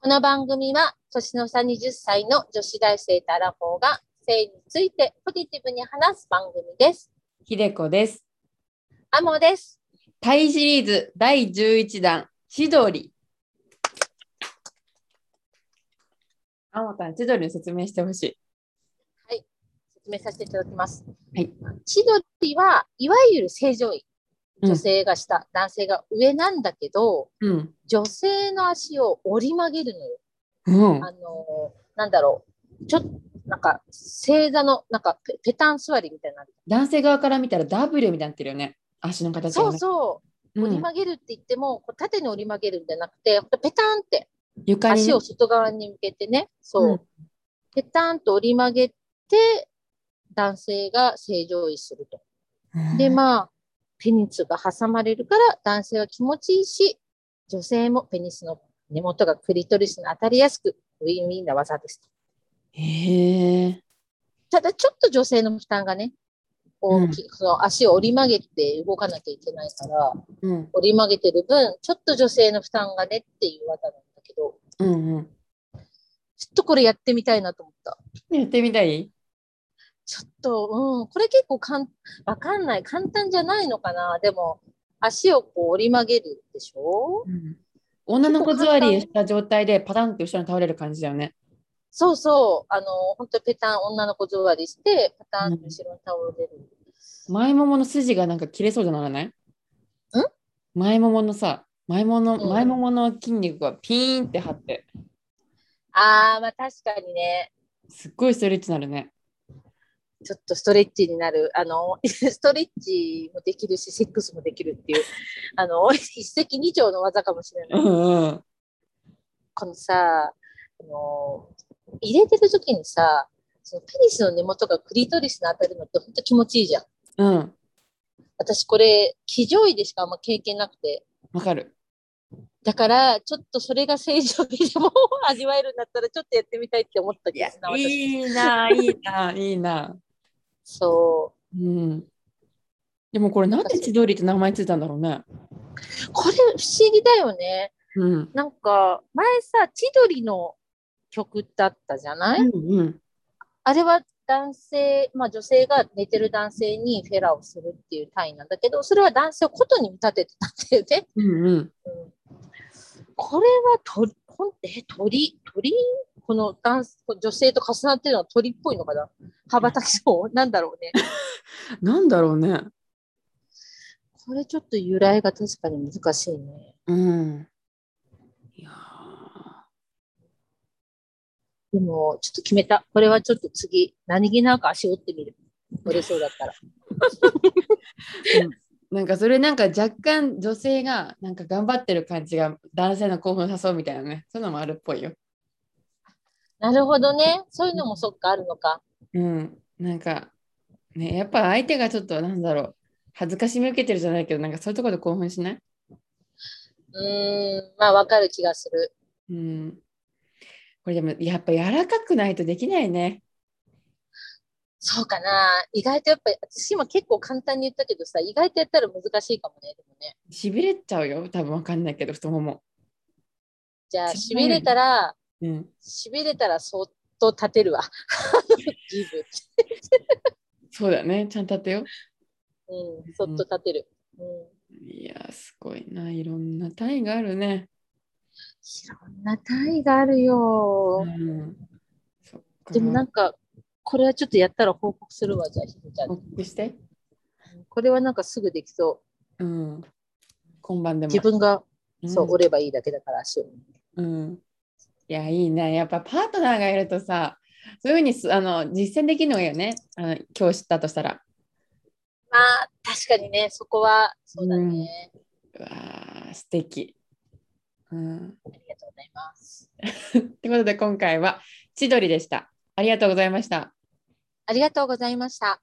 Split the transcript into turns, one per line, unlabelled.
この番組は年の差20歳の女子大生とアラフォーが性についてポジティブに話す番組です。
ひでこです。
アモです。
タイシリーズ第11弾、千鳥。あもたん、千鳥の説明してほしい。
説明させていただきます。
はい。
千鳥はいわゆる正常位。
うん
女性が下、男性が上なんだけど、
うん。
女性の足を折り曲げるのよ。
うん。
あのーなんだろう。ちょっと、なんか、正座の、なんかペ、ペタン座りみたいな。
男性側から見たら W みたいになってるよね。足の形が
そ
ね、
うそう。
う
折り
ん
曲げるって言っても、こう縦に折り曲げるんじゃなくて、ペタンって
床にね
足を外側に向けてね、そう、
うん
ペタンと折り曲げて、男性が正常位すると。で、まあ、ペニスが挟まれるから男性は気持ちいいし、女性もペニスの根元がクリトリスに当たりやすく、ウィンウィンな技です
へえ。
ただちょっと女性の負担がね、大きい、その足を折り曲げて動かなきゃいけないから、
うん。
折り曲げてる分、ちょっと女性の負担がねっていう技なんだけど、
うんうん。
ちょっとこれやってみたいなと思った。
やってみたい
ちょっと、うん、これ結構かん、わかんない。簡単じゃないのかな。でも、足をこう折り曲げるでしょ
女の子
結構簡
座
単
りした状態でパタンって後ろに倒れる感じだよね。
そうそう。あの、本当ペタン、女の子座りして、パタンと後ろに倒れる。
前ももの筋がなんか切れそうじゃならないん前もものさ、前ももの、
うん
前ももの筋肉がピーンって張って、
あー、まあ確かにね。
すっごいストレッチになるね。
ちょっとストレッチになる。あの、 ストレッチもできるし、セックスもできるっていう、あの、一石二鳥の技かもしれない。
んうん。
このさ、あの入れてる時にさ、そのペニスの根元がクリトリスに当たるのって本当気持ちいいじゃん。
うん。
私これ、非常位でしかあんま経験なくて。
わかる。
だから、ちょっとそれが正常位でも 味わえるんだったら、ちょっとやってみたいって思ったけどな、私。
いいな、いいな、いいな。
そ
うん。でもこれなんで千鳥って名前ついたんだろうね。
う。これ、不思議だよね。
うん。
なんか、前さ、千鳥の曲だったじゃない、
うんうん。
あれは男性、まあ女性が寝てる男性にフェラをするっていう単位なんだけど、それは男性をことに見立ててたんだよね。
うんうん。
これは鳥、ほんえ、鳥、鳥この男女性と重なってるのは鳥っぽいのかな羽ばたき そうなんだろうね。
なんだろうね。
これちょっと由来が確かに難しいね。
うん。いや
でも、ちょっと決めた。これはちょっと次、何気なく足折ってみる。折れそうだったら。
ーなんかそれなんか若干女性がなんか頑張ってる感じが男性の興奮を誘うみたいなね。そういうのもあるっぽいよ。
なるほどね。そういうのもそっかあるのか。
うん。なんかね、やっぱ相手がちょっとなんだろう。恥ずかしみ受けてるじゃないけど、なんかそういうところで興奮しないう
ーん、まあわかる気がする。
うん。これでもやっぱ柔らかくないとできないね。
そうかな。意外とやっぱり、私今結構簡単に言ったけどさ、意外とやったら難しいかもね。でもね
しびれちゃうよ。多分わかんないけど、太もも。
じゃあ、
そんな
痺
に
れたら、
うん。
しびれたらそっと立てるわ。 ギ
そうだね。ちゃんと立てよ
ブ。うん、そっと立てる。うん。
う。いやー、すごいな。いろんな体位があるね。
いろんな単位がある
う
よ。
ん。そっか。
でもなんんか、これはちょっとやったら報告するわ、じゃあ、ひでちゃんに。
して。
これはなんかすぐできそう。
うん。今晩でも。
自分が、そう、
ん
折ればいいだけだから、足を。
うん。いや、いいな。やっぱパートナーがいるとさ、そういうふうにすあの実践できるのがいいよね。あの今日知ったとしたら。
まあ、確かにね、そこは、そうだね。
うわー、素敵。うん。
ありがとうございます。
ということで今回は千鳥でした。ありがとうございました。
ありがとうございました。